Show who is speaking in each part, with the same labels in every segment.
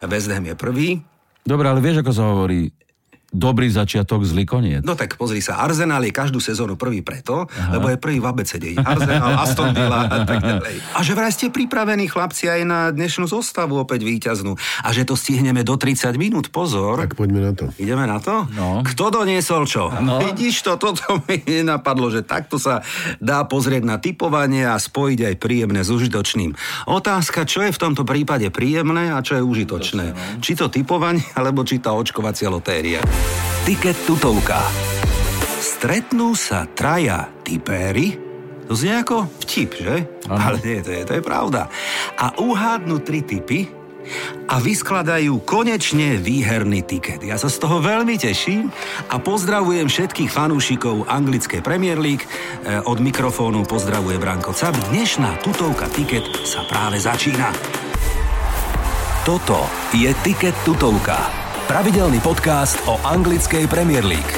Speaker 1: West Ham je prvý.
Speaker 2: Dobre, ale vieš, ako sa hovorí? Dobrý začiatok, zlý koniec.
Speaker 1: No tak pozri sa, Arsenal je každú sezónu prvý preto, Aha. lebo je prvý v abecede. Arsenal, Aston Villa a tak ďalej. A že vraj ste pripravení, chlapci, aj na dnešnú zostavu opäť výťaznú. A že to stihneme do 30 minút, pozor.
Speaker 3: Tak poďme na to.
Speaker 1: Ideme na to?
Speaker 2: No.
Speaker 1: Kto doniesol čo?
Speaker 2: No.
Speaker 1: Vidíš to, toto mi nenapadlo, že takto sa dá pozrieť na typovanie a spojiť aj príjemné s užitočným. Otázka, čo je v tomto prípade príjemné a čo je užitočné. no. Či to typovanie, alebo či tá očkovacia lotéria. Tiket tutovka. Stretnú sa traja typéry? To znie ako vtip, že? Ale nie, to je, to je pravda. A uhádnu tri typy a vyskladajú konečne výherný tiket. Ja sa z toho veľmi teším a pozdravujem všetkých fanúšikov anglické Premier League. E, Od mikrofónu pozdravuje Branko Cap. Dnešná tutovka tiket sa práve začína. Toto je Tiket tutovka. Pravidelný podcast o anglickej Premier League.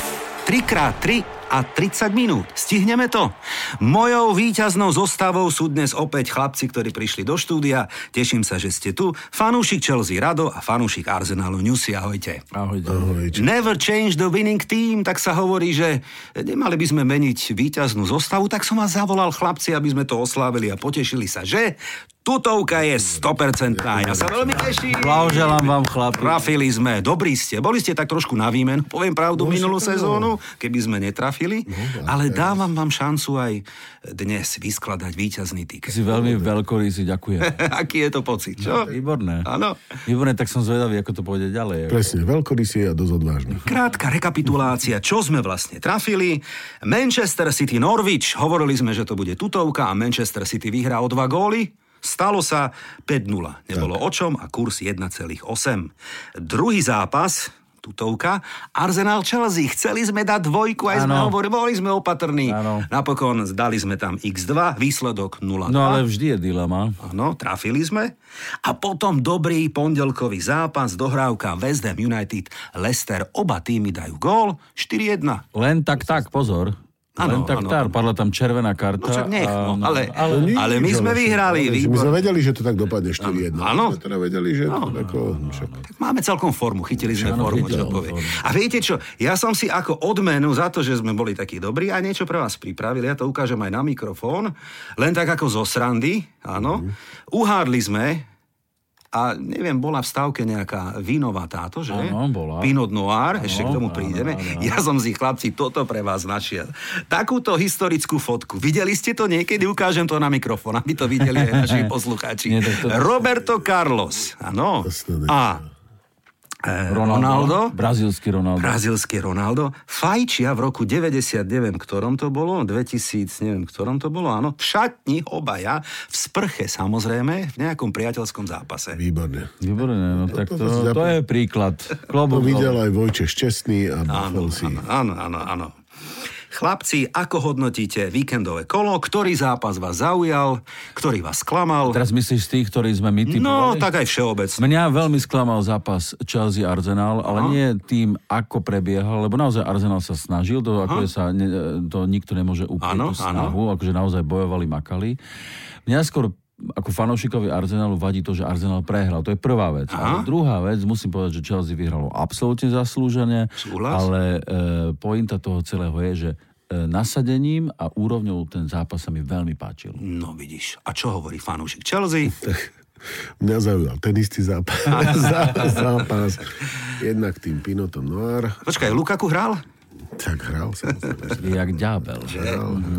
Speaker 1: 3x3 a 30 minút. Stihneme to? Mojou víťaznou zostavou sú dnes opäť chlapci, ktorí prišli do štúdia. Teším sa, že ste tu. Fanúšik Chelsea Rado a fanúšik Arsenalu Newsy. Ahojte.
Speaker 2: Ahojte.
Speaker 3: Ahoj, či-
Speaker 1: Never change the winning team, tak sa hovorí, že nemali by sme meniť víťaznú zostavu, tak som vás zavolal chlapci, aby sme to oslávili a potešili sa, že tutovka je 100%. Ja sa veľmi teším.
Speaker 2: Blahoželám vám, chlapi.
Speaker 1: Trafili sme, dobrí ste. Boli ste tak trošku na výmenu, poviem pravdu, minulú
Speaker 3: však áno.
Speaker 1: sezónu, keby sme netrafili, no. ale dávam vám šancu aj dnes vyskladať víťazný tiket.
Speaker 2: Si veľmi veľkorysý, ďakujem.
Speaker 1: Aký je No, to pocit, čo?
Speaker 2: Výborné.
Speaker 1: Áno.
Speaker 2: Výborné, tak som zvedavý, ako to pôjde ďalej.
Speaker 3: Presne, veľkorysý a dosť odvážny.
Speaker 1: Krátka rekapitulácia, čo sme vlastne trafili. Manchester City Norwich, hovorili sme, že to bude tutovka a Manchester City vyhrá o dva góly. Stalo sa 5-0, nebolo o čom a kurz 1,8. Druhý zápas, tutovka, Arsenal Chelsea. Chceli sme dať dvojku, aj sme
Speaker 2: Áno.
Speaker 1: hovorili, boli sme opatrní.
Speaker 2: Áno.
Speaker 1: Napokon dali sme tam x2, výsledok 0
Speaker 2: No ale vždy je dilema.
Speaker 1: Áno, trafili sme. A potom dobrý pondelkový zápas, dohrávka West Ham United, Leicester, oba týmy dajú gól, 4-1.
Speaker 2: Len tak, tak, pozor.
Speaker 1: Áno,
Speaker 2: Len tak,
Speaker 1: áno,
Speaker 2: tak,
Speaker 1: áno.
Speaker 2: padla tam červená karta.
Speaker 1: No však nech, no,
Speaker 2: áno.
Speaker 1: ale, ale,
Speaker 3: No nič,
Speaker 1: ale my
Speaker 3: ale
Speaker 1: sme
Speaker 3: však,
Speaker 1: vyhrali.
Speaker 3: ale že My
Speaker 1: výbor.
Speaker 3: sme vedeli, že to tak dopadne
Speaker 1: Áno.
Speaker 3: 4-1.
Speaker 1: No,
Speaker 3: My sme teda vedeli, že to tako... však.
Speaker 1: Tak máme celkom formu, chytili sme formu, čo
Speaker 2: chytili
Speaker 1: povie.
Speaker 2: formu.
Speaker 1: A viete čo, ja som si ako odmenu za to, že sme boli takí dobrí a niečo pre vás pripravil, ja to ukážem aj na mikrofón, len tak ako zo srandy,
Speaker 2: Mhm.
Speaker 1: áno. Uhádli sme, a neviem, bola v stávke nejaká vínová táto, že?
Speaker 2: Áno, bola.
Speaker 1: Pinot Noir, ešte k tomu
Speaker 2: áno,
Speaker 1: prídeme.
Speaker 2: áno.
Speaker 1: Ja som si, chlapci, toto pre vás našiel. Takúto historickú fotku. Videli ste to niekedy? Ukážem to na mikrofón, aby to videli aj naši poslucháči.
Speaker 2: Nie, tak to-
Speaker 1: Roberto Carlos, áno.
Speaker 3: Jasné, tak-
Speaker 1: A e, Ronaldo,
Speaker 2: Brazílsky Ronaldo.
Speaker 1: brazílsky Ronaldo, fajčia v roku 90, neviem ktorom to bolo, 2000, neviem ktorom to bolo, áno, v šatni obaja, v sprche samozrejme, v nejakom priateľskom zápase.
Speaker 3: Výborne.
Speaker 2: Výborné, no tak
Speaker 3: to
Speaker 2: to,
Speaker 3: si
Speaker 2: to
Speaker 3: zapom-
Speaker 2: je príklad.
Speaker 3: To
Speaker 2: Klobúk
Speaker 3: videl
Speaker 2: dole.
Speaker 3: aj Vojče Šťastný a Buffel si.
Speaker 1: Áno, áno, áno. Chlapci, ako hodnotíte víkendové kolo? Ktorý zápas vás zaujal? Ktorý vás sklamal?
Speaker 2: Teraz myslíš z tých, ktorí sme my
Speaker 1: No,
Speaker 2: typovali?
Speaker 1: tak aj všeobecne.
Speaker 2: Mňa veľmi sklamal zápas Chelsea Arsenal, ale nie tým, ako prebiehal, lebo naozaj Arsenal sa snažil, to, akože sa ne, to nikto nemôže uprieť
Speaker 1: Áno,
Speaker 2: tú snahu, akože naozaj bojovali, makali. Mňa skôr ako fanúšikovi Arsenalu vadí to, že Arsenal prehral. To je prvá vec. Ale druhá vec, musím povedať, že Chelsea vyhralo absolútne zaslúžene,
Speaker 1: Súhlas.
Speaker 2: ale e, pointa toho celého je, že e, nasadením a úrovňou ten zápas sa mi veľmi páčil.
Speaker 1: No vidíš, a čo hovorí fanúšik Chelsea?
Speaker 3: Mňa zaujal ten istý zápas. Zá- zápas. Jednak tým Pinotom Noir.
Speaker 1: Počkaj, Lukaku hral?
Speaker 3: Tak hral samozrejme.
Speaker 2: Je jak ďábel.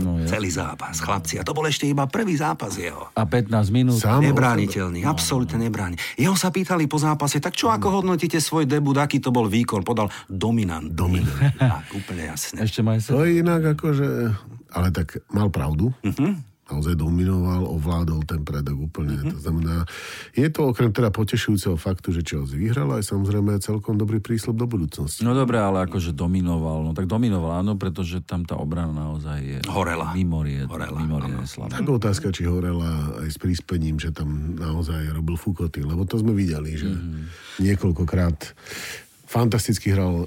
Speaker 2: No, je.
Speaker 1: Celý zápas, chlapci. A to bol ešte iba prvý zápas jeho.
Speaker 2: A 15 minút.
Speaker 3: Sám
Speaker 1: Nebrániteľný, absolútne nebrániteľný. Jeho sa pýtali po zápase, tak čo ako hodnotíte svoj debut, aký to bol výkon? Podal dominant. Dominant. Tak, úplne jasne.
Speaker 2: Ešte má
Speaker 3: To je inak akože... Ale tak mal pravdu. Naozaj dominoval, ovládol ten predok úplne. To znamená, je to okrem teda potešujúceho faktu, že Chelsea vyhrala aj samozrejme celkom dobrý prísľub do budúcnosti.
Speaker 2: No dobre, ale akože dominoval. No tak dominoval, áno, pretože tam tá obrana naozaj je...
Speaker 1: Horela.
Speaker 2: Mimo je,
Speaker 1: Horela,
Speaker 2: mimo je slabá.
Speaker 3: Tak otázka, či horela aj s príspením, že tam naozaj robil fukoty, lebo to sme videli, že niekoľkokrát fantasticky hral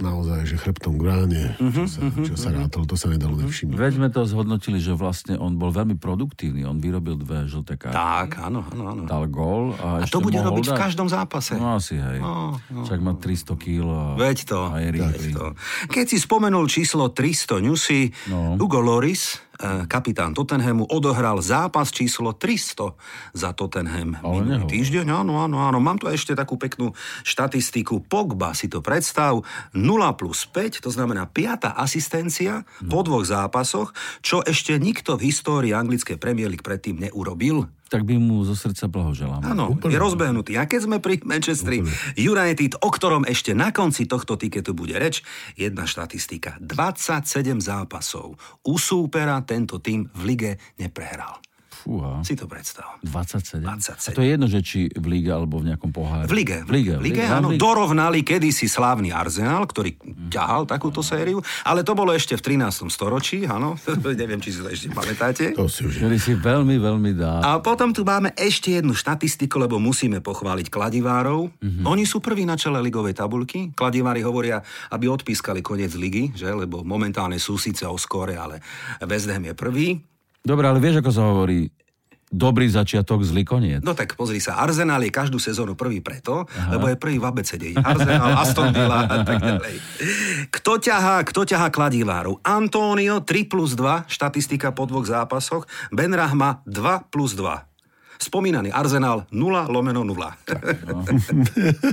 Speaker 3: naozaj, že chrbtom k bráne, čo sa, čo sa rátalo, to sa nedalo nevšimnúť.
Speaker 2: Veď sme to zhodnotili, že vlastne on bol veľmi produktívny. On vyrobil dve žlté karty,
Speaker 1: Tak, áno, áno, áno.
Speaker 2: dal gól. A,
Speaker 1: A
Speaker 2: ešte
Speaker 1: to bude
Speaker 2: mohol
Speaker 1: robiť v
Speaker 2: dať.
Speaker 1: každom zápase.
Speaker 2: No asi, hej.
Speaker 1: No, no.
Speaker 2: Však má 300 kg. a-
Speaker 1: Veď to,
Speaker 2: A je
Speaker 1: veď
Speaker 2: No. rýchly.
Speaker 1: to. Keď si spomenul číslo 300 ňusy,
Speaker 2: No.
Speaker 1: Hugo Loris, e, kapitán Tottenhamu, odohral zápas číslo 300 za Tottenham minulý
Speaker 2: nehovor.
Speaker 1: týždeň. Áno, áno, áno. Mám tu ešte takú peknú štatistiku. Pogba si to predstav. 0 plus 5, to znamená 5. asistencia
Speaker 2: No.
Speaker 1: po dvoch zápasoch, čo ešte nikto v histórii anglickej Premier League predtým neurobil.
Speaker 2: Tak by mu zo srdca blahoželám.
Speaker 1: Áno, je rozbehnutý. A keď sme pri Manchesteri United, o ktorom ešte na konci tohto tiketu bude reč, jedna štatistika. 27 zápasov. U súpera tento tým v lige neprehral.
Speaker 2: Fúha.
Speaker 1: Si to predstav.
Speaker 2: 27?
Speaker 1: 27.
Speaker 2: A to je jedno, že či v líge alebo v nejakom pohári.
Speaker 1: V lige.
Speaker 2: V lige,
Speaker 1: v lige áno. Dorovnali kedysi slávny Arsenal, ktorý ťahal takúto sériu, ale to bolo ešte v 13. storočí, áno. Neviem, či si to ešte pamätáte.
Speaker 3: To si už
Speaker 2: Ktorý si veľmi, veľmi dá.
Speaker 1: A potom tu máme ešte jednu štatistiku, lebo musíme pochváliť kladivárov. Mm-hmm. Oni sú prví na čele ligovej tabulky. Kladivári hovoria, aby odpískali koniec ligy, že? lebo momentálne sú síce o skore, ale West Ham je prvý.
Speaker 2: Dobre, ale vieš, ako sa hovorí? Dobrý začiatok, zlý koniec.
Speaker 1: No tak pozri sa, Arsenal je každú sezónu prvý preto, Aha. lebo je prvý v abecede. Arsenal, Aston Villa a tak ďalej. Kto ťahá, kto ťahá kladivárov? Antonio 3 plus 2, štatistika po dvoch zápasoch. Ben Rahma 2 plus 2. Spomínaný Arsenal 0 lomeno 0.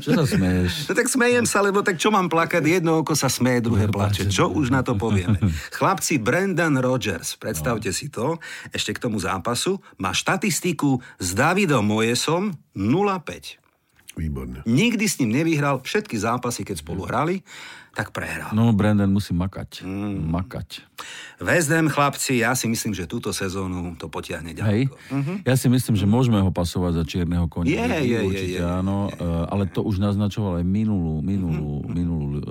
Speaker 2: Čo sa smeješ?
Speaker 1: No tak smejem sa, lebo tak čo mám plakať? Jedno oko sa smeje,
Speaker 2: No,
Speaker 1: druhé plače. Čo už na to povieme? Chlapci, Brendan Rodgers, predstavte
Speaker 2: No.
Speaker 1: si to, ešte k tomu zápasu, má štatistiku s Davidom Mojesom 0-5.
Speaker 3: výborné.
Speaker 1: Nikdy s ním nevyhral všetky zápasy, keď spolu hrali, tak prehral.
Speaker 2: No, Brandon musí makať. Mm. Makať.
Speaker 1: West Ham, chlapci, ja si myslím, že túto sezónu to potiahne
Speaker 2: Hej?
Speaker 1: ďaleko.
Speaker 2: Ja si myslím, že môžeme ho pasovať za čierneho konia.
Speaker 1: Mhm. Je,
Speaker 2: Určite
Speaker 1: je, je, je, je,
Speaker 2: áno, e, ale to už naznačoval aj minulú, minulú, minulú e,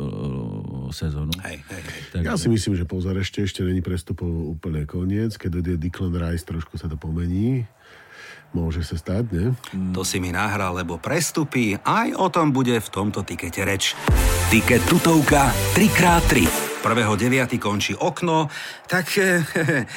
Speaker 2: sezónu.
Speaker 1: Hej, hej, hej.
Speaker 2: Tak,
Speaker 3: Ja si myslím, že pozor, ešte, ešte není prestupov úplne koniec. Keď dojde Declan Rice, trošku sa to pomení. Môže sa stať, ne?
Speaker 1: To si mi nahral, lebo prestupy, aj o tom bude v tomto tikete reč. Tiket tutovka 3x3. 1.9. končí okno, tak eh,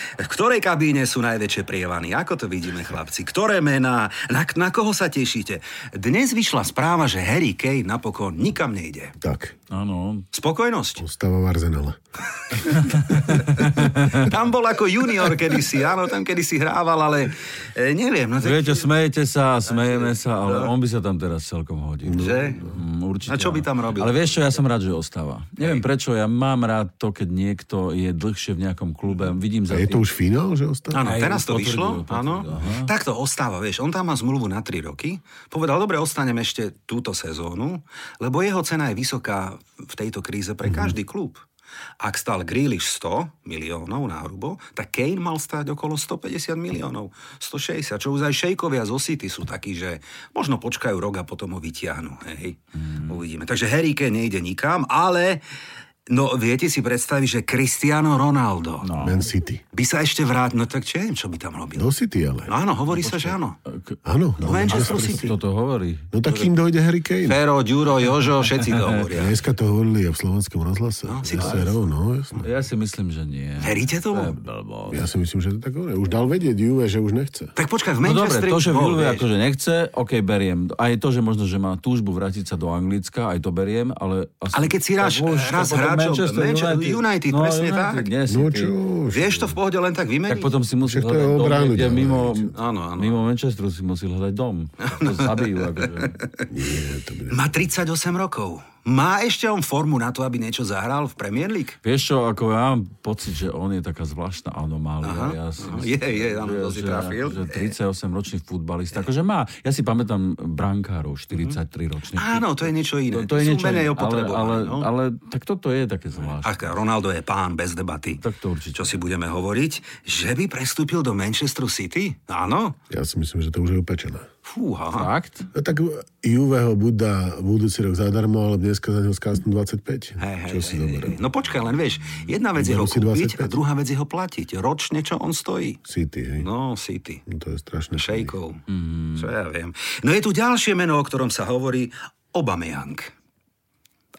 Speaker 1: v ktorej kabíne sú najväčšie prievany? Ako to vidíme, chlapci? Ktoré mená? Na, na koho sa tešíte? Dnes vyšla správa, že Harry Kane napokon nikam nejde.
Speaker 3: Tak,
Speaker 2: Áno,
Speaker 1: Spokojnosť.
Speaker 3: ostáva v Arsenale.
Speaker 1: Tam bol ako junior kedysi, áno, tam kedysi hrával, ale eh, neviem. No, tak,
Speaker 2: Viete, smejete sa, smejeme sa, ale on by sa tam teraz celkom hodil.
Speaker 1: No. Že?
Speaker 2: Mm, určite.
Speaker 1: A čo by
Speaker 2: áno.
Speaker 1: tam robil?
Speaker 2: Ale vieš čo, ja som rád, že ostáva. Neviem prečo, ja mám rád to, keď niekto je dlhšie v nejakom klube. Vidím za
Speaker 3: A je
Speaker 2: tým.
Speaker 3: to už finál, že ostáva?
Speaker 1: Áno,
Speaker 2: Aj
Speaker 1: teraz to
Speaker 2: potvrdil,
Speaker 1: vyšlo,
Speaker 2: potvrdil,
Speaker 1: áno.
Speaker 2: aha.
Speaker 1: Takto ostáva, vieš, on tam má zmluvu na 3 roky. Povedal, dobre, ostanem ešte túto sezónu, lebo jeho cena je vysoká v tejto kríze pre každý klub. Ak stal Grealish 100 miliónov na hrubo, tak Kane mal stáť okolo 150 miliónov, 160, čo už aj šejkovia zo City sú takí, že možno počkajú rok a potom ho vytiahnu. Hej. Uvidíme. Takže Harry Kane nejde nikam, ale no viete si predstaviť, že Cristiano Ronaldo no
Speaker 3: Man City.
Speaker 1: by sa ešte vrátil. No tak čo, neviem, čo by tam robil.
Speaker 3: Do City, ale.
Speaker 1: No áno, hovorí sa, že áno.
Speaker 3: Áno.
Speaker 1: No, Manchester City.
Speaker 2: Kto to hovorí?
Speaker 3: No tak kým dojde Harry Kane?
Speaker 1: Fero, Ďuro, Jožo, všetci to hovoria.
Speaker 3: Dneska to hovorili aj v slovenskom rozhlase. No, no, jasné.
Speaker 2: Ja si myslím, že nie.
Speaker 1: Veríte tomu?
Speaker 2: Blbo.
Speaker 3: Ja si myslím, že to tak hovorí. Už dal vedieť Juve, že už nechce.
Speaker 1: Tak počkaj, v
Speaker 2: No dobre,
Speaker 1: Manchesteri...
Speaker 2: to, že v
Speaker 1: bol,
Speaker 2: Juve
Speaker 1: vieš.
Speaker 2: akože nechce, OK, beriem. Aj to, že možno, že má túžbu vrátiť sa do Anglicka, aj to beriem, ale... asi-
Speaker 1: Ale keď si ráš,
Speaker 2: Tak už,
Speaker 1: raz
Speaker 2: tak potom
Speaker 1: hráčom
Speaker 2: Manchester
Speaker 1: Manchester United,
Speaker 2: no,
Speaker 1: presne
Speaker 2: United,
Speaker 1: tak.
Speaker 2: Nie,
Speaker 3: No
Speaker 2: City.
Speaker 3: čo už.
Speaker 1: Vieš to v pohode len tak vymeniť?
Speaker 2: Tak potom si musí
Speaker 3: Však to je
Speaker 2: hľadať dom,
Speaker 3: obránu
Speaker 2: niekde
Speaker 3: ďalej.
Speaker 2: mimo,
Speaker 1: Áno, áno.
Speaker 2: mimo Manchesteru si musí hľadať dom. To zabijú. Akože.
Speaker 3: Nie, to bude...
Speaker 1: Má 38 rokov. Má ešte on formu na to, aby niečo zahral v Premier League?
Speaker 2: Vieš čo, ako ja mám pocit, že on je taká zvláštna anomália.
Speaker 1: Aha,
Speaker 2: ja si
Speaker 1: aha,
Speaker 2: myslím,
Speaker 1: je, je, áno, to si
Speaker 2: No, že,
Speaker 1: trafil.
Speaker 2: že 38-ročný futbalista, akože má, ja si pamätám brankárov 43-ročných.
Speaker 1: Áno, to je niečo iné.
Speaker 2: No, to je
Speaker 1: Sú
Speaker 2: niečo,
Speaker 1: menej
Speaker 2: iné, ale,
Speaker 1: opotrebovaní.
Speaker 2: ale,
Speaker 1: no.
Speaker 2: ale tak toto je také zvláštne.
Speaker 1: Ach, Ronaldo je pán bez debaty.
Speaker 2: Tak to určite.
Speaker 1: Čo si budeme hovoriť? Že by prestúpil do Manchesteru City? Áno?
Speaker 3: Ja si myslím, že to už je upečené.
Speaker 1: Fúha.
Speaker 2: Fakt?
Speaker 3: No tak Juve ho buď dá budúci rok zadarmo, ale dneska za neho skásnu
Speaker 1: Hej,
Speaker 3: 25.
Speaker 1: hej,
Speaker 3: Čo si
Speaker 1: hej,
Speaker 3: zoberiem?
Speaker 1: hej. No počkaj, len vieš, jedna vec je ho
Speaker 3: Berú si
Speaker 1: kúpiť a
Speaker 3: 25.
Speaker 1: druhá vec je ho platiť. Ročne, čo on stojí.
Speaker 3: City, hej. No.
Speaker 1: No, City.
Speaker 3: To je strašné.
Speaker 1: Šejkov.
Speaker 3: Mhm.
Speaker 1: Čo ja viem. No je tu ďalšie meno, o ktorom sa hovorí Obameyang.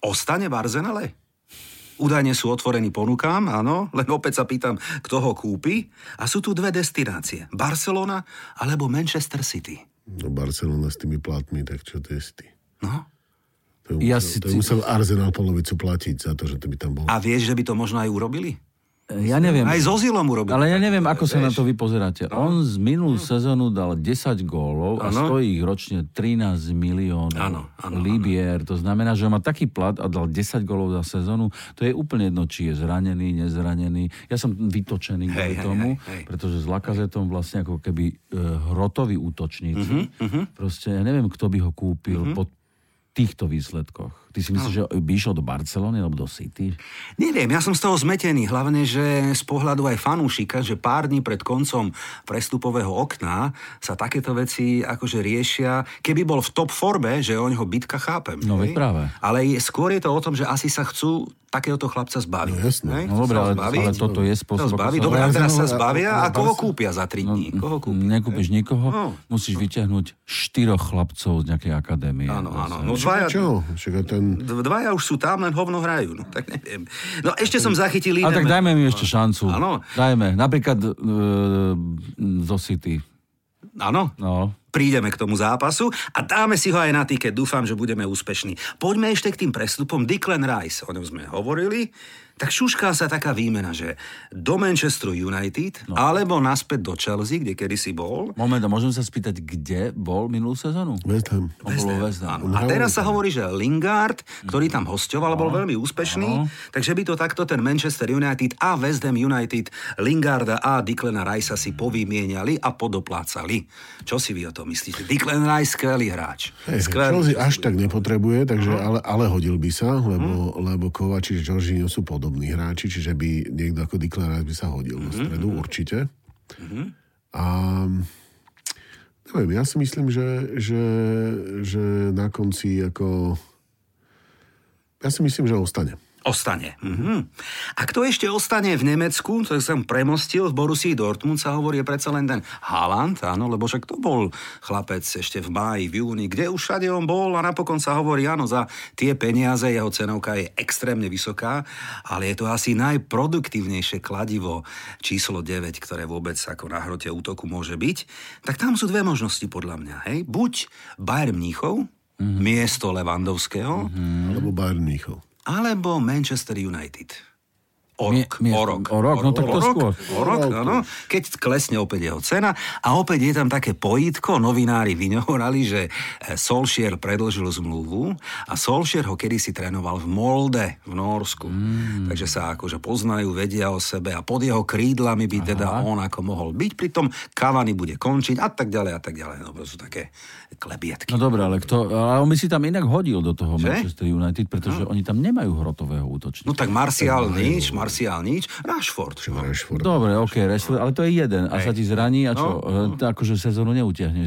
Speaker 1: Ostane v Arsenale? Údajne sú otvorení ponukám, áno, len opäť sa pýtam, kto ho kúpi. A sú tu dve destinácie, Barcelona alebo Manchester City.
Speaker 3: No Barcelona s tými platmi, tak čo to je si ty?
Speaker 1: No.
Speaker 3: To je
Speaker 2: Ja
Speaker 3: musel,
Speaker 2: si
Speaker 3: to
Speaker 2: cítim-
Speaker 3: je musel Arsenal polovicu platiť za to, že to by tam bol.
Speaker 1: A vieš, že by to možno aj urobili?
Speaker 2: Ja neviem.
Speaker 1: Aj so Zilom urobili.
Speaker 2: Ale ja neviem, ako sa na to vy pozeráte. On z minulú sezónu dal 10 gólov
Speaker 1: No.
Speaker 2: a
Speaker 1: Áno.
Speaker 2: stojí ich ročne 13 miliónov
Speaker 1: Áno, áno,
Speaker 2: libier. To znamená, že má taký plat a dal 10 gólov za sezónu. To je úplne jedno, či je zranený, nezranený. Ja som vytočený kvôli
Speaker 1: hej,
Speaker 2: tomu,
Speaker 1: hej, hej.
Speaker 2: pretože s Lakazetom vlastne ako keby e, hrotoví útočníci.
Speaker 1: Mhm,
Speaker 2: Proste ja neviem, kto by ho kúpil po týchto výsledkoch. Ty si myslíš, že by išiel do Barcelony alebo do City?
Speaker 1: Neviem, ja som z toho zmetený, hlavne, že z pohľadu aj fanúšika, že pár dní pred koncom prestupového okna sa takéto veci akože riešia. Keby bol v top forme, že o neho bitka chápem.
Speaker 2: No,
Speaker 1: hej?
Speaker 2: veď práve.
Speaker 1: Ale je, skôr je to o tom, že asi sa chcú takéhoto chlapca zbaviť.
Speaker 3: No, jasné.
Speaker 1: hej?
Speaker 2: No
Speaker 1: Chcú
Speaker 2: dobre,
Speaker 1: sa ho
Speaker 2: ale,
Speaker 1: zbaviť,
Speaker 2: ale toto
Speaker 1: chcú
Speaker 2: je
Speaker 1: sa
Speaker 2: spôsob. ako
Speaker 1: zbaviť.
Speaker 2: sa- No,
Speaker 1: Dobre, a teraz sa
Speaker 3: Ale-
Speaker 1: zbavia a
Speaker 3: No, ale-
Speaker 1: koho kúpia za tri dní? Koho kúpia?
Speaker 2: Mm-hmm. Mm, Nekúpiš nikoho,
Speaker 1: No.
Speaker 2: musíš vyťahnuť štyroch chlapcov z nejakej akadémie.
Speaker 1: Áno, áno. No,
Speaker 2: Proste.
Speaker 1: dvaja,
Speaker 3: Čo? Však aj ten...
Speaker 1: dvaja už sú tam, len hovno hrajú. No, tak neviem. No ešte som zachytil
Speaker 2: Ale
Speaker 1: iné
Speaker 2: tak
Speaker 1: mená.
Speaker 2: dajme mi ešte šancu.
Speaker 1: Áno.
Speaker 2: Dajme. Napríklad e, zo City.
Speaker 1: Áno,
Speaker 2: No.
Speaker 1: prídeme k tomu zápasu a dáme si ho aj na tiket. Dúfam, že budeme úspešní. Poďme ešte k tým prestupom. Declan Rice, o ňom sme hovorili. Tak šušká sa taká výmena, že do Manchesteru United no. alebo naspäť do Chelsea, kde kedysi bol.
Speaker 2: Moment, a môžem sa spýtať, kde bol minulú sezónu?
Speaker 3: West Ham.
Speaker 2: On bol vo West Hamu.
Speaker 1: Áno. A teraz sa hovorí, že Lingard, ktorý tam hostoval, bol veľmi úspešný, takže by to takto ten Manchester United a West Ham United Lingarda a Declana Ricea si povymieniali a podoplácali. Čo si vy o tom myslíte? Declan Rice, skvelý hráč.
Speaker 3: Hej, Chelsea až tak nepotrebuje, takže ale, ale hodil by sa, lebo, lebo Kovačič, Jorginho sú podobní hráči, čiže by niekto ako Declan Rice by sa hodil do stredu, určite. A neviem, ja si myslím, že, že, že na konci ako... Ja si myslím, že ostane.
Speaker 1: Ostane. Mhm. A kto ešte ostane v Nemecku, to som premostil, v Borussii Dortmund sa hovorí je predsa len ten Haaland, áno, lebo však to bol chlapec ešte v máji, v júni, kde už všade on bol a napokon sa hovorí, áno, za tie peniaze jeho cenovka je extrémne vysoká, ale je to asi najproduktívnejšie kladivo číslo 9, ktoré vôbec ako na hrote útoku môže byť. Tak tam sú dve možnosti podľa mňa, hej. Buď Bayern Mníchov, miesto Levandovského,
Speaker 3: Alebo Bayern Mníchov.
Speaker 1: alebo Manchester United. O
Speaker 2: Mie-
Speaker 1: rok,
Speaker 2: mie-
Speaker 1: o rok.
Speaker 2: o rok, no tak
Speaker 1: o
Speaker 2: to
Speaker 1: rok,
Speaker 2: skôr.
Speaker 1: O rok, áno. Keď klesne opäť jeho cena a opäť je tam také pojitko, novinári vyňohorali, že eh, Solskjaer predlžil zmluvu a Solskjaer ho kedysi trénoval v Molde, v Norsku.
Speaker 2: Hmm.
Speaker 1: Takže sa akože poznajú, vedia o sebe a pod jeho krídlami by teda on ako mohol byť. Pritom Cavani bude končiť a tak ďalej a tak ďalej. No to sú také klebietky.
Speaker 2: No dobre, ale kto... Ale on by si tam inak hodil do
Speaker 1: Že?
Speaker 2: toho Manchester United, pretože oni tam nemajú hrotového útočníka.
Speaker 1: No tak Marcial
Speaker 2: no,
Speaker 1: nič, Marcial nič, Rashford. No.
Speaker 3: Rashford.
Speaker 2: Dobre, OK, wrestler, ale to je jeden. A sa ti zraní a čo? No, Akože sezónu neutiahneš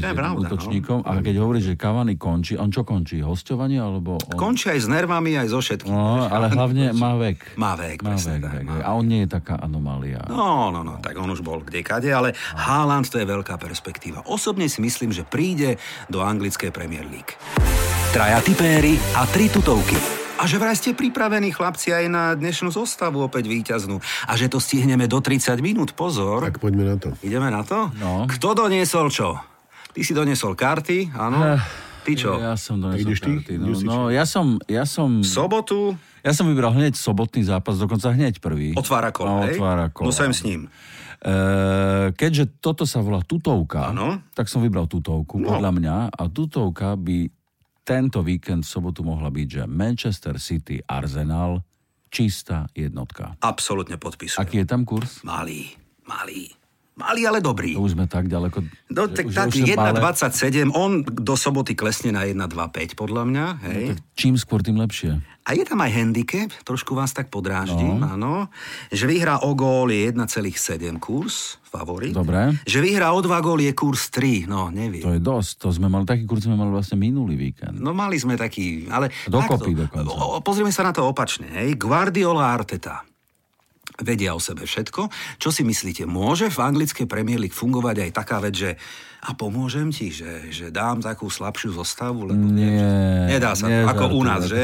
Speaker 1: To je
Speaker 2: s jedným
Speaker 1: pravda, no.
Speaker 2: útočníkom. A keď hovoríš, že Cavani končí, on čo končí? Hostovanie alebo... On...
Speaker 1: Končí aj s nervami, aj so všetkým.
Speaker 2: No, ale hlavne má vek.
Speaker 1: Má vek,
Speaker 2: Má
Speaker 1: presne
Speaker 2: vek,
Speaker 1: tak,
Speaker 2: vek.
Speaker 1: má
Speaker 2: A on nie je taká anomália.
Speaker 1: No, no, no, tak on už bol kdekade, ale Haaland to je veľká perspektíva. Osobne si myslím, že príde do anglickej Premier League. Traja tipéry a tri tutovky. A že vraj ste pripravení, chlapci, aj na dnešnú zostavu opäť víťaznú. A že to stihneme do 30 minút, pozor.
Speaker 3: Tak poďme na to.
Speaker 1: Ideme na to?
Speaker 2: No.
Speaker 1: Kto doniesol čo? Ty si doniesol karty, áno. Ty čo?
Speaker 2: Eh, Ja som donesol
Speaker 3: ideš ty?
Speaker 2: karty. No,
Speaker 3: Ideš si
Speaker 2: no ja, som, ja, som,
Speaker 1: V sobotu
Speaker 2: ja som vybral hneď sobotný zápas, dokonca hneď prvý.
Speaker 1: otvára kolo,
Speaker 2: No,
Speaker 1: hej?
Speaker 2: otvára kolo.
Speaker 1: No sem s ním.
Speaker 2: E, keďže toto sa volá tutovka,
Speaker 1: Áno.
Speaker 2: tak som vybral tutovku,
Speaker 1: No.
Speaker 2: podľa mňa. A tutovka by tento víkend v sobotu mohla byť, že Manchester City, Arsenal, čistá jednotka.
Speaker 1: Absolutne podpisujem.
Speaker 2: Aký je tam kurz?
Speaker 1: Malý, malý. Malý, ale dobrý.
Speaker 2: To už sme tak ďaleko.
Speaker 1: No
Speaker 2: že
Speaker 1: tak,
Speaker 2: už-
Speaker 1: tak
Speaker 2: už sme bále-
Speaker 1: 1,27, on do soboty klesne na 1,25 podľa mňa, hej.
Speaker 2: Tak čím skôr, tým lepšie.
Speaker 1: A je tam aj handicap, trošku vás tak podráždim,
Speaker 2: No.
Speaker 1: áno. Že vyhrá o gól je 1,7 kurz, favorit.
Speaker 2: Dobre.
Speaker 1: Že vyhrá o 2 gól je kurz 3, no neviem.
Speaker 2: To je dosť. To sme mali, taký kurz sme mali vlastne minulý víkend.
Speaker 1: No mali sme taký, ale...
Speaker 2: Dokopy
Speaker 1: takto.
Speaker 2: dokonca.
Speaker 1: O- o- Pozrieme sa na to opačne. Hej. Guardiola a Arteta vedia o sebe všetko. Čo si myslíte, môže v anglickej Premier League fungovať aj taká vec, že a pomôžem ti, že, že dám takú slabšiu zostavu, lebo vieš, že
Speaker 2: Nie.
Speaker 1: nedá sa to,
Speaker 2: nedá
Speaker 1: ako u
Speaker 2: to.
Speaker 1: nás, že?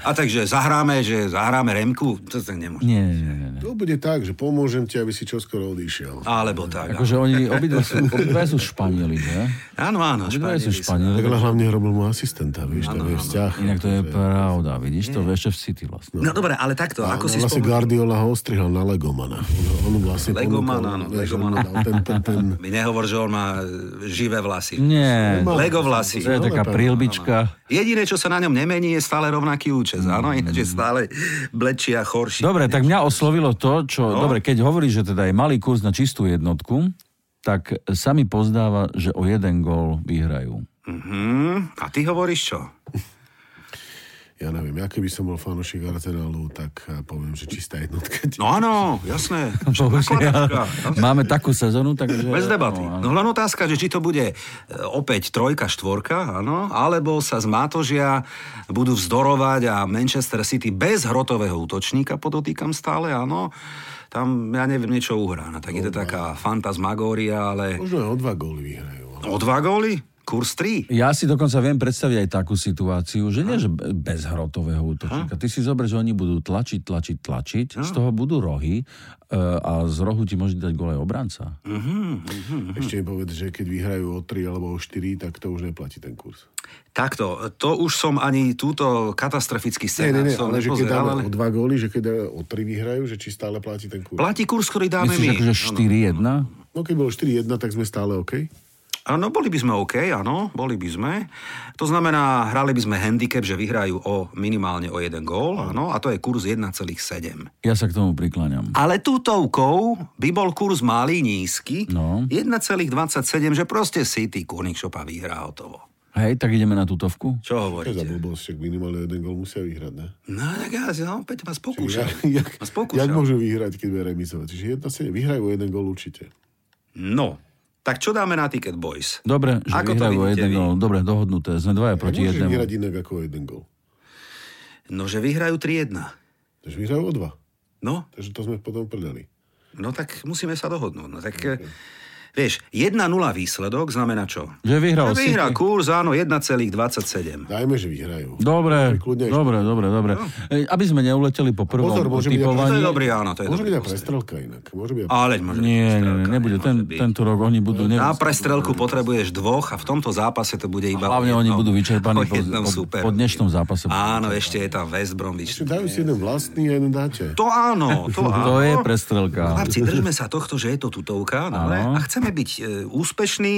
Speaker 1: A takže zahráme, že zahráme Remku, to sa nemôže.
Speaker 2: Nie, nie, nie. nie.
Speaker 3: To bude tak, že pomôžem ti, aby si čoskoro odišiel.
Speaker 1: Alebo tak.
Speaker 2: Akože
Speaker 1: áno.
Speaker 2: oni obidva sú, obidva sú španieli, že?
Speaker 1: Áno, áno,
Speaker 2: Obidva
Speaker 1: Španieli
Speaker 2: sú
Speaker 1: sú.
Speaker 3: Tak
Speaker 2: španieli.
Speaker 3: ale hlavne robil mu asistenta, vieš, tam je vzťah.
Speaker 2: Inak to je pravda, vidíš to, ešte v City vlastne.
Speaker 1: No dobre, ale takto,
Speaker 3: A
Speaker 1: ako si
Speaker 3: vlastne
Speaker 1: spomenul.
Speaker 3: Guardiola ho ostrihal na Legomana. On, on vlastne
Speaker 1: Legoman,
Speaker 3: ponúkol,
Speaker 1: áno,
Speaker 3: vieš, on
Speaker 1: Legoman.
Speaker 3: mu dal ten, ten, ten,
Speaker 1: Mi nehovor, že on má e, živé vlasy.
Speaker 2: Nie,
Speaker 1: Lego
Speaker 2: to
Speaker 1: vlasy.
Speaker 2: je taká prílbička.
Speaker 1: Jediné, čo sa na ňom nemení, je stále rovnaký účes, áno? Ináč je stále blečí a chorší.
Speaker 2: Dobre, tak mňa oslovilo to, čo...
Speaker 1: No.
Speaker 2: Dobre, keď hovoríš, že teda je malý kurz na čistú jednotku, tak sa mi pozdáva, že o jeden gól vyhrajú.
Speaker 1: Mhm. A ty hovoríš čo?
Speaker 3: ja neviem, ja keby som bol fanúšik Arsenalu, tak eh, poviem, že čistá jednotka.
Speaker 1: No áno, No, jasné. Nakladačka.
Speaker 2: Bohužiaľ, máme takú sezonu, takže...
Speaker 1: Bez debaty.
Speaker 2: áno, áno.
Speaker 1: No len otázka, že či to bude e, opäť trojka, štvorka, áno, alebo sa z Mátožia budú vzdorovať a Manchester City bez hrotového útočníka, podotýkam stále, áno, tam, ja neviem, niečo uhrá. No, tak je to taká fantasmagória, ale
Speaker 3: Možno aj o dva góly vyhrajú.
Speaker 1: o dva góly? Kurs 3?
Speaker 2: Ja si dokonca viem predstaviť aj takú situáciu, že nie, že be- bez hrotového útočníka. Ty si zober, že oni budú tlačiť, tlačiť, tlačiť, z toho budú rohy e, a z rohu ti môže dať gole obranca.
Speaker 1: Mm. Mhm.
Speaker 3: Ešte mi povedz, že keď vyhrajú o 3 alebo o 4, tak to už neplatí ten kurz.
Speaker 1: Takto, to už som ani túto katastrofický
Speaker 3: Nie,
Speaker 1: scénar
Speaker 3: nie, nie,
Speaker 1: som
Speaker 3: ale že keď
Speaker 1: nepozeral,
Speaker 3: dáme
Speaker 1: ale...
Speaker 3: o 2 góly, že keď dáme o 3 vyhrajú, že či stále platí ten kurz.
Speaker 1: Platí kurz, ktorý dáme
Speaker 2: Myslíš,
Speaker 1: my.
Speaker 2: akože
Speaker 1: Áno.
Speaker 2: 4-1?
Speaker 3: No keď bolo 4-1, tak sme stále OK.
Speaker 1: Áno, boli by sme OK, áno, boli by sme. To znamená, hrali by sme handicap, že vyhrajú o minimálne o jeden gól, áno, a to je kurz 1,7.
Speaker 2: Ja sa k tomu prikláňam.
Speaker 1: Ale tútovkou by bol kurz malý, nízky,
Speaker 2: No.
Speaker 1: 1,27, že proste City, Kurník Šopa vyhrá hotovo.
Speaker 2: Hej, tak ideme na tutovku?
Speaker 1: Čo
Speaker 3: To je
Speaker 1: hovoríte?
Speaker 3: za blbosť, však minimálne jeden gól musia vyhrať, ne?
Speaker 1: No tak ja, ja opäť vás
Speaker 3: Ja,
Speaker 1: pokúšam.
Speaker 3: jak,
Speaker 1: Vás
Speaker 3: jak
Speaker 1: pokúšam.
Speaker 3: môžu vyhrať, keď bude remizovať? Čiže jedna si vyhrajú jeden gól určite.
Speaker 1: No, tak čo dáme na Ticket Boys?
Speaker 2: Dobre, že
Speaker 1: Ako to
Speaker 2: vyhrajú o
Speaker 1: vidíte
Speaker 2: jeden
Speaker 1: vy?
Speaker 2: gól. Dobre, dohodnuté. Sme dvaja proti
Speaker 3: Nemôžeš
Speaker 2: jednému.
Speaker 3: vyhrať inak ako o jeden gól.
Speaker 1: No, že vyhrajú 3-1.
Speaker 3: Takže vyhrajú o dva.
Speaker 1: No,
Speaker 3: Takže to sme potom predali.
Speaker 1: no tak musíme sa dohodnúť. No, tak, okay. vieš, 1-0 výsledok znamená čo?
Speaker 2: Že vyhral City.
Speaker 1: Vyhrá kurz, áno, 1,27.
Speaker 3: Dajme, že vyhrajú.
Speaker 2: Dobre,
Speaker 3: Kľudne ešte.
Speaker 2: dobre, dobre, dobre.
Speaker 1: No.
Speaker 2: Ej, Aby sme neuleteli po prvom
Speaker 3: Pozor, môže byť aj
Speaker 1: To je
Speaker 2: typovaní.
Speaker 1: dobrý, áno, to je
Speaker 3: Môže
Speaker 1: dobrý.
Speaker 3: byť aj prestrelka inak. Môže byť aj...
Speaker 1: Ale môže byť
Speaker 2: Nie, nie,
Speaker 1: prestrelka,
Speaker 2: nie, nebude.
Speaker 1: nemôže
Speaker 2: Ten,
Speaker 1: byť.
Speaker 2: tento rok oni budú... Ne...
Speaker 1: Na prestrelku potrebuješ dvoch a v tomto zápase to bude iba... o
Speaker 2: Hlavne oni
Speaker 1: jednom-
Speaker 2: budú vyčerpaní
Speaker 1: o
Speaker 2: po,
Speaker 1: jednom
Speaker 2: po,
Speaker 1: superovi.
Speaker 2: po dnešnom zápase.
Speaker 1: Áno, ešte je tam West Bromwich.
Speaker 3: Čiže dajú si jeden vlastný a jeden dáte.
Speaker 1: To áno, to áno.
Speaker 2: To je prestrelka.
Speaker 1: Chlapci, držme sa tohto, že je to tutovka, no,
Speaker 2: Áno.
Speaker 1: a chceme byť e, úspešní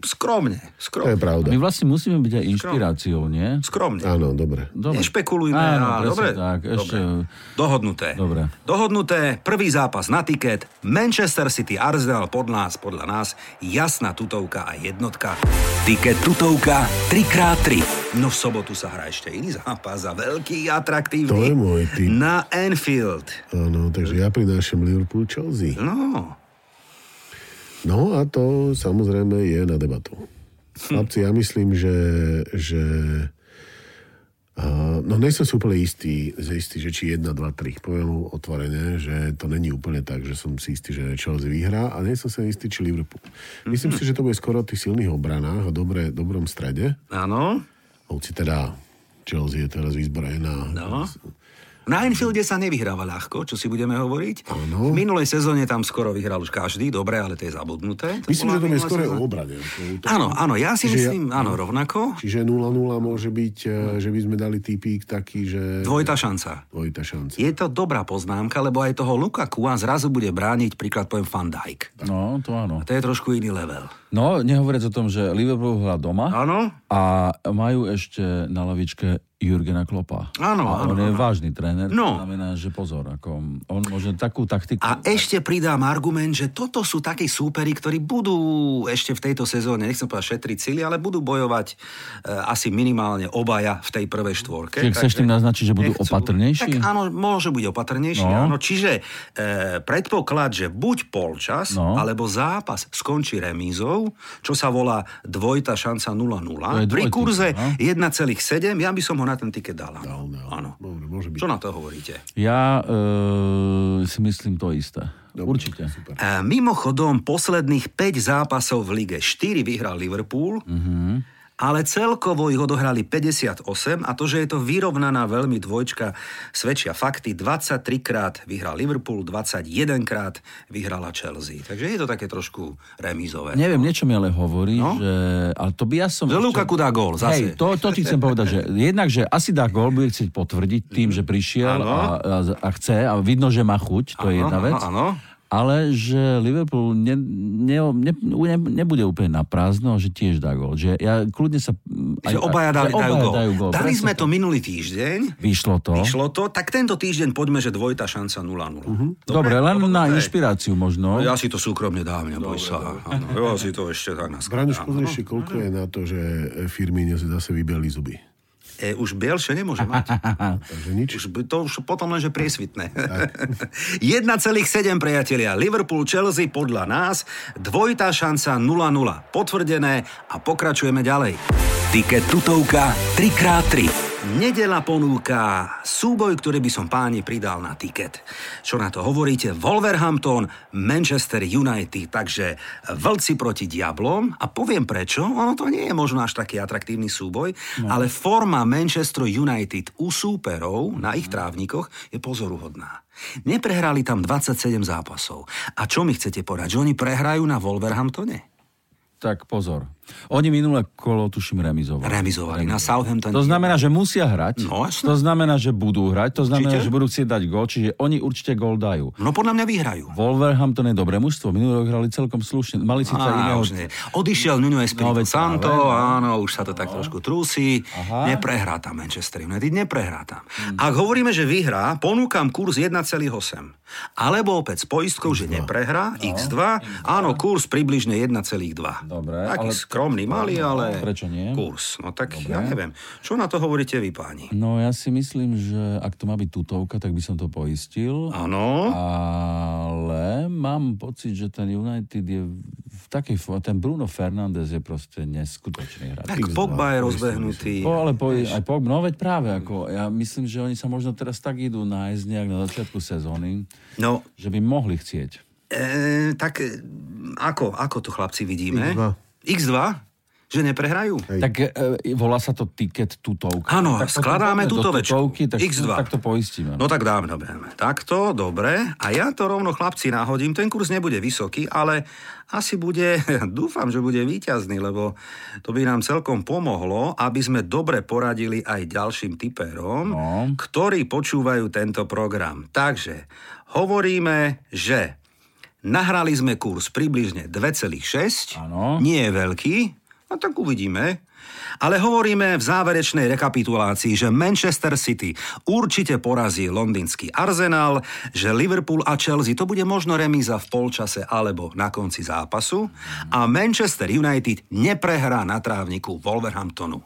Speaker 1: skromne.
Speaker 3: To je
Speaker 1: Skromne.
Speaker 2: My
Speaker 3: pravda.
Speaker 2: vlastne musíme byť aj inšpiráciou, nie?
Speaker 1: Skromne.
Speaker 3: Áno, dobre.
Speaker 2: Dobre.
Speaker 1: Nešpekulujme.
Speaker 2: Áno,
Speaker 1: á,
Speaker 2: presne
Speaker 1: dobre,
Speaker 2: tak, ešte-
Speaker 1: dobre. Dohodnuté.
Speaker 2: Dobre.
Speaker 1: Dohodnuté. Prvý zápas na tiket. Manchester City Arsenal pod nás, podľa nás. Jasná tutovka a jednotka. Tiket tutovka 3x3. No v sobotu sa hrá ešte iný zápas a veľký, atraktívny.
Speaker 3: To je môj typ.
Speaker 1: Na Anfield.
Speaker 3: Áno, takže ja prinášam Liverpool Chelsea.
Speaker 1: No,
Speaker 3: No a to samozrejme je na debatu. Chlapci, ja myslím, že... že a, no nie som si úplne istý, istý, že či 1, 2, 3. Poviem otvorene, že to není úplne tak, že som si istý, že Chelsea vyhrá a nie som si istý, či Liverpool. Myslím si, že to bude skoro o tých silných obranách a dobre, dobrom strede.
Speaker 1: áno.
Speaker 3: Hoci teda Chelsea je teraz vyzbrojená.
Speaker 1: No. Na Anfielde sa nevyhráva ľahko, čo si budeme hovoriť.
Speaker 3: Áno.
Speaker 1: V minulej sezóne tam skoro vyhral už každý, dobre, ale to je zabudnuté.
Speaker 3: Myslím,
Speaker 1: bola
Speaker 3: že to bude
Speaker 1: minulá
Speaker 3: skoro
Speaker 1: sezóna.
Speaker 3: o obrane. ako o útoku.
Speaker 1: Áno, áno, ja si
Speaker 3: Čiže ja-
Speaker 1: myslím, áno, rovnako.
Speaker 3: Čiže 0-0 môže byť, e, že by sme dali typík taký, že...
Speaker 1: Dvojitá šanca.
Speaker 3: Dvojitá šanca.
Speaker 1: Je to dobrá poznámka, lebo aj toho Lukaku a zrazu bude brániť, príklad poviem Van Dijk.
Speaker 2: No, to áno.
Speaker 1: A to je trošku iný level.
Speaker 2: No, nehovoriac o tom, že Liverpool hrá doma
Speaker 1: Áno?
Speaker 2: a majú ešte na lavičke Jurgena Klopa.
Speaker 1: Áno,
Speaker 2: a on
Speaker 1: áno,
Speaker 2: je vážny tréner,
Speaker 1: No.
Speaker 2: to znamená, že pozor, ako on môže takú taktiku...
Speaker 1: A ešte pridám argument, že toto sú takí súperi, ktorí budú ešte v tejto sezóne, nechcem povedať šetriť cíly, ale budú bojovať e, asi minimálne obaja v tej prvej štvorke.
Speaker 2: Čiže chceš tým naznačiť, že budú opatrnejší?
Speaker 1: Tak áno, môže byť opatrnejší.
Speaker 2: No.
Speaker 1: No. Áno. Čiže e, predpoklad, že buď polčas, no.
Speaker 2: No.
Speaker 1: alebo zápas skončí remízou, čo sa volá dvojta šanca
Speaker 2: To je
Speaker 1: 0-0.
Speaker 2: dvojtyp,
Speaker 1: Pri kurze
Speaker 2: no.
Speaker 1: 1,7 ja by som ho na ten tiket dal. áno.
Speaker 3: No, no.
Speaker 1: Áno.
Speaker 3: Dobre, môže byť.
Speaker 1: Čo na to hovoríte?
Speaker 2: Ja e, si myslím to isté. Dobre, Určite. Super.
Speaker 1: E, Mimochodom, posledných 5 zápasov v lige 4 vyhral Liverpool, mm-hmm.
Speaker 2: Mhm.
Speaker 1: ale celkovo ich odohrali 58 a to, že je to vyrovnaná veľmi dvojčka, svedčia fakty. 23 krát vyhral Liverpool, 21 krát vyhrala Chelsea. Takže je to také trošku remízové.
Speaker 2: Neviem, niečo mi ale hovorí,
Speaker 1: No?
Speaker 2: no? že... Ale to by ja som...
Speaker 1: Že Lukaku dá gól zase.
Speaker 2: Hej, to, to ti chcem povedať, že jednak, že asi dá gól, bude chcieť potvrdiť tým, že prišiel
Speaker 1: Áno.
Speaker 2: a, a, a chce a vidno, že má chuť, to je
Speaker 1: Áno,
Speaker 2: jedna
Speaker 1: áno,
Speaker 2: vec.
Speaker 1: áno.
Speaker 2: Ale že Liverpool ne, ne, ne, ne, nebude úplne na prázdno, že tiež dá gól. Že ja kľudne sa... mm,
Speaker 1: Že obaja dali,
Speaker 2: že
Speaker 1: dajú
Speaker 2: obaja
Speaker 1: gól.
Speaker 2: dajú gól.
Speaker 1: Dali
Speaker 2: presne
Speaker 1: sme
Speaker 2: tak. No.
Speaker 1: to minulý týždeň.
Speaker 2: Vyšlo to.
Speaker 1: Vyšlo to, tak tento týždeň poďme, že dvojitá šanca 0-0.
Speaker 2: Mhm.
Speaker 1: Uh-huh.
Speaker 2: Dobre, len na
Speaker 1: Dobre.
Speaker 2: inšpiráciu možno.
Speaker 1: Ja si to súkromne dám, neboj sa. Áno, ja si to ešte tak naskladám.
Speaker 3: Braňuš, pozrieš si, koľko je na to, že firmy si zase vybeli zuby.
Speaker 1: E, už bielšie nemôže mať.
Speaker 3: Takže nič.
Speaker 1: Už, by- to už potom len, že priesvitné. 1,7 priatelia. Liverpool, Chelsea podľa nás. Dvojitá šanca 0-0. Potvrdené a pokračujeme ďalej.
Speaker 4: Tiket tutovka 3x3.
Speaker 1: Nedela ponúka súboj, ktorý by som páni pridal na tiket. Čo na to hovoríte? Wolverhampton, Manchester United. Takže vlci proti diablom. A poviem prečo, ono to nie je možno až taký atraktívny súboj, no. ale forma Manchester United u súperov na ich trávnikoch je pozoruhodná. Neprehrali tam 27 zápasov. A čo mi chcete porať, že oni prehrajú na Wolverhamptone?
Speaker 2: Tak pozor. Oni minulé kolo, tuším, remizovali.
Speaker 1: Remizovali na Southampton.
Speaker 2: To znamená, že musia hrať.
Speaker 1: No, jasné.
Speaker 2: to znamená, že budú hrať. To
Speaker 1: Určite.
Speaker 2: znamená, že budú chcieť dať gól. Čiže oni určite gól dajú.
Speaker 1: No podľa mňa vyhrajú.
Speaker 2: Wolverhampton je dobré mužstvo. Minulý rok hrali celkom slušne. Mali síce
Speaker 1: Á,
Speaker 2: iného...
Speaker 1: už nie. Odišiel Nuno Espirito
Speaker 2: No, veď
Speaker 1: Santo,
Speaker 2: práve,
Speaker 1: áno, už sa to tak trošku trúsi.
Speaker 2: Aha.
Speaker 1: Neprehrá tam Manchester United, neprehrá tam. Ak hovoríme, že vyhrá, ponúkam kurz 1,8. Alebo opäť s poistkou, že neprehrá,
Speaker 2: No.
Speaker 1: x2, áno, kurz približne 1,2.
Speaker 2: Dobre,
Speaker 1: Taký
Speaker 2: ale- no,
Speaker 1: skromný, malý, ale
Speaker 2: Prečo nie?
Speaker 1: kurz. No tak ja neviem. Čo na to hovoríte vy, páni?
Speaker 2: No ja si myslím, že ak to má byť tutovka, tak by som to poistil.
Speaker 1: Áno.
Speaker 2: Ale mám pocit, že ten United je v takej forme. Ten Bruno Fernández je proste neskutočný hráč.
Speaker 1: Tak Pogba je rozbehnutý.
Speaker 2: Po, ale po, aj po, no veď práve ako, ja myslím, že oni sa možno teraz tak idú nájsť nejak na začiatku sezóny,
Speaker 1: No,
Speaker 2: že by mohli chcieť.
Speaker 1: E, tak e, ako, ako to chlapci vidíme?
Speaker 3: X2.
Speaker 1: X2? Že neprehrajú?
Speaker 3: Hej.
Speaker 2: Tak e, volá sa to tiket tutovka.
Speaker 1: Áno,
Speaker 2: tak potom
Speaker 1: skladáme
Speaker 2: poďme do
Speaker 1: tutovečku.
Speaker 2: tutovky, tak,
Speaker 1: X2.
Speaker 2: tak to poistíme.
Speaker 1: No tak dáme, dáme. Takto, dobre. A ja to rovno chlapci nahodím. Ten kurz nebude vysoký, ale asi bude, dúfam, že bude výťazný, lebo to by nám celkom pomohlo, aby sme dobre poradili aj ďalším typerom,
Speaker 2: No.
Speaker 1: ktorí počúvajú tento program. Takže hovoríme, že nahrali sme kurz približne 2,6.
Speaker 2: Áno.
Speaker 1: Nie je veľký, no tak uvidíme. Ale hovoríme v záverečnej rekapitulácii, že Manchester City určite porazí londýnsky Arsenal, že Liverpool a Chelsea to bude možno remíza v polčase alebo na konci zápasu a Manchester United neprehrá na trávniku Wolverhamptonu.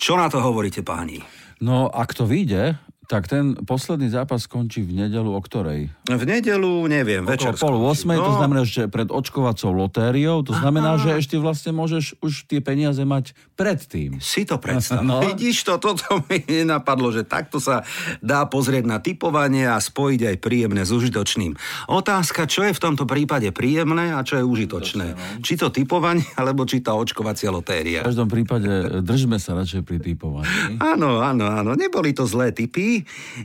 Speaker 1: Čo na to hovoríte páni?
Speaker 2: No ak to vyjde, tak ten posledný zápas skončí v nedelu o ktorej?
Speaker 1: V nedelu, neviem, večer.
Speaker 2: Okolo pol
Speaker 1: skončí. No.
Speaker 2: 8, to znamená, že pred očkovacou lotériou, to znamená, že ešte vlastne môžeš už tie peniaze mať predtým.
Speaker 1: Si to predstav. No.
Speaker 2: No.
Speaker 1: Vidíš to, toto mi nenapadlo, že takto sa dá pozrieť na typovanie a spojiť aj príjemné s užitočným. Otázka, čo je v tomto prípade príjemné a čo je užitočné. no. Či to typovanie, alebo či tá očkovacia
Speaker 2: V
Speaker 1: lotéria.
Speaker 2: každom prípade e, držme sa radšej pri typovaní.
Speaker 1: Áno, áno, áno, neboli to zlé typy.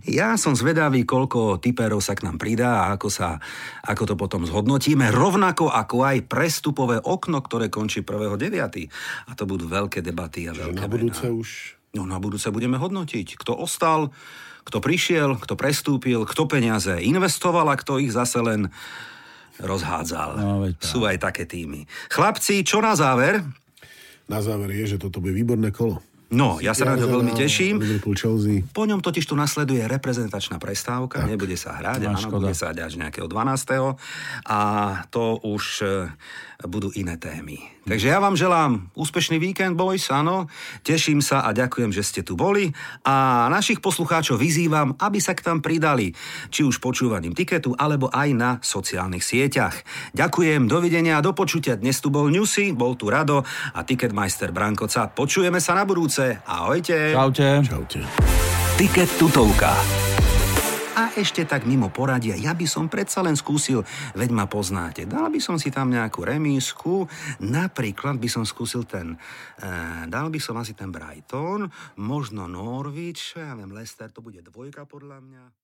Speaker 1: Ja som zvedavý, koľko typerov sa k nám pridá a ako, sa, ako to potom zhodnotíme, rovnako ako aj prestupové okno, ktoré končí 1.9. A to budú veľké debaty a veľké
Speaker 3: Na
Speaker 1: mená.
Speaker 3: budúce už
Speaker 1: No na budúce budeme hodnotiť, kto ostal, kto prišiel, kto prestúpil, kto peniaze investoval a kto ich zase len rozhádzal.
Speaker 2: No, veď tak.
Speaker 1: Sú aj také týmy. Chlapci, čo na záver?
Speaker 3: Na záver je, že toto bude výborné kolo.
Speaker 1: No, ja sa na to
Speaker 3: Arsenal,
Speaker 1: veľmi teším.
Speaker 3: Liverpool, Chelsea.
Speaker 1: Po ňom totiž tu nasleduje reprezentačná prestávka, tak. nebude sa hrať,
Speaker 2: No,
Speaker 1: áno,
Speaker 2: škoda.
Speaker 1: bude sa hrať až nejakého 12. A to už e, budú iné témy. Takže ja vám želám úspešný víkend, boys, áno. Teším sa a ďakujem, že ste tu boli. A našich poslucháčov vyzývam, aby sa k tam pridali, či už počúvaním tiketu, alebo aj na sociálnych sieťach. Ďakujem, dovidenia a do počutia. Dnes tu bol Newsy, bol tu Rado a Ticketmeister Brankoca. Počujeme sa na budúce. Ahojte.
Speaker 2: Čaute.
Speaker 3: Čaute.
Speaker 4: Tiket tutovka.
Speaker 1: a ešte tak mimo poradia, ja by som predsa len skúsil, veď ma poznáte. Dal by som si tam nejakú remísku, napríklad by som skúsil ten, e, dal by som asi ten Brighton, možno Norwich, ja viem, Leicester, to bude dvojka podľa mňa.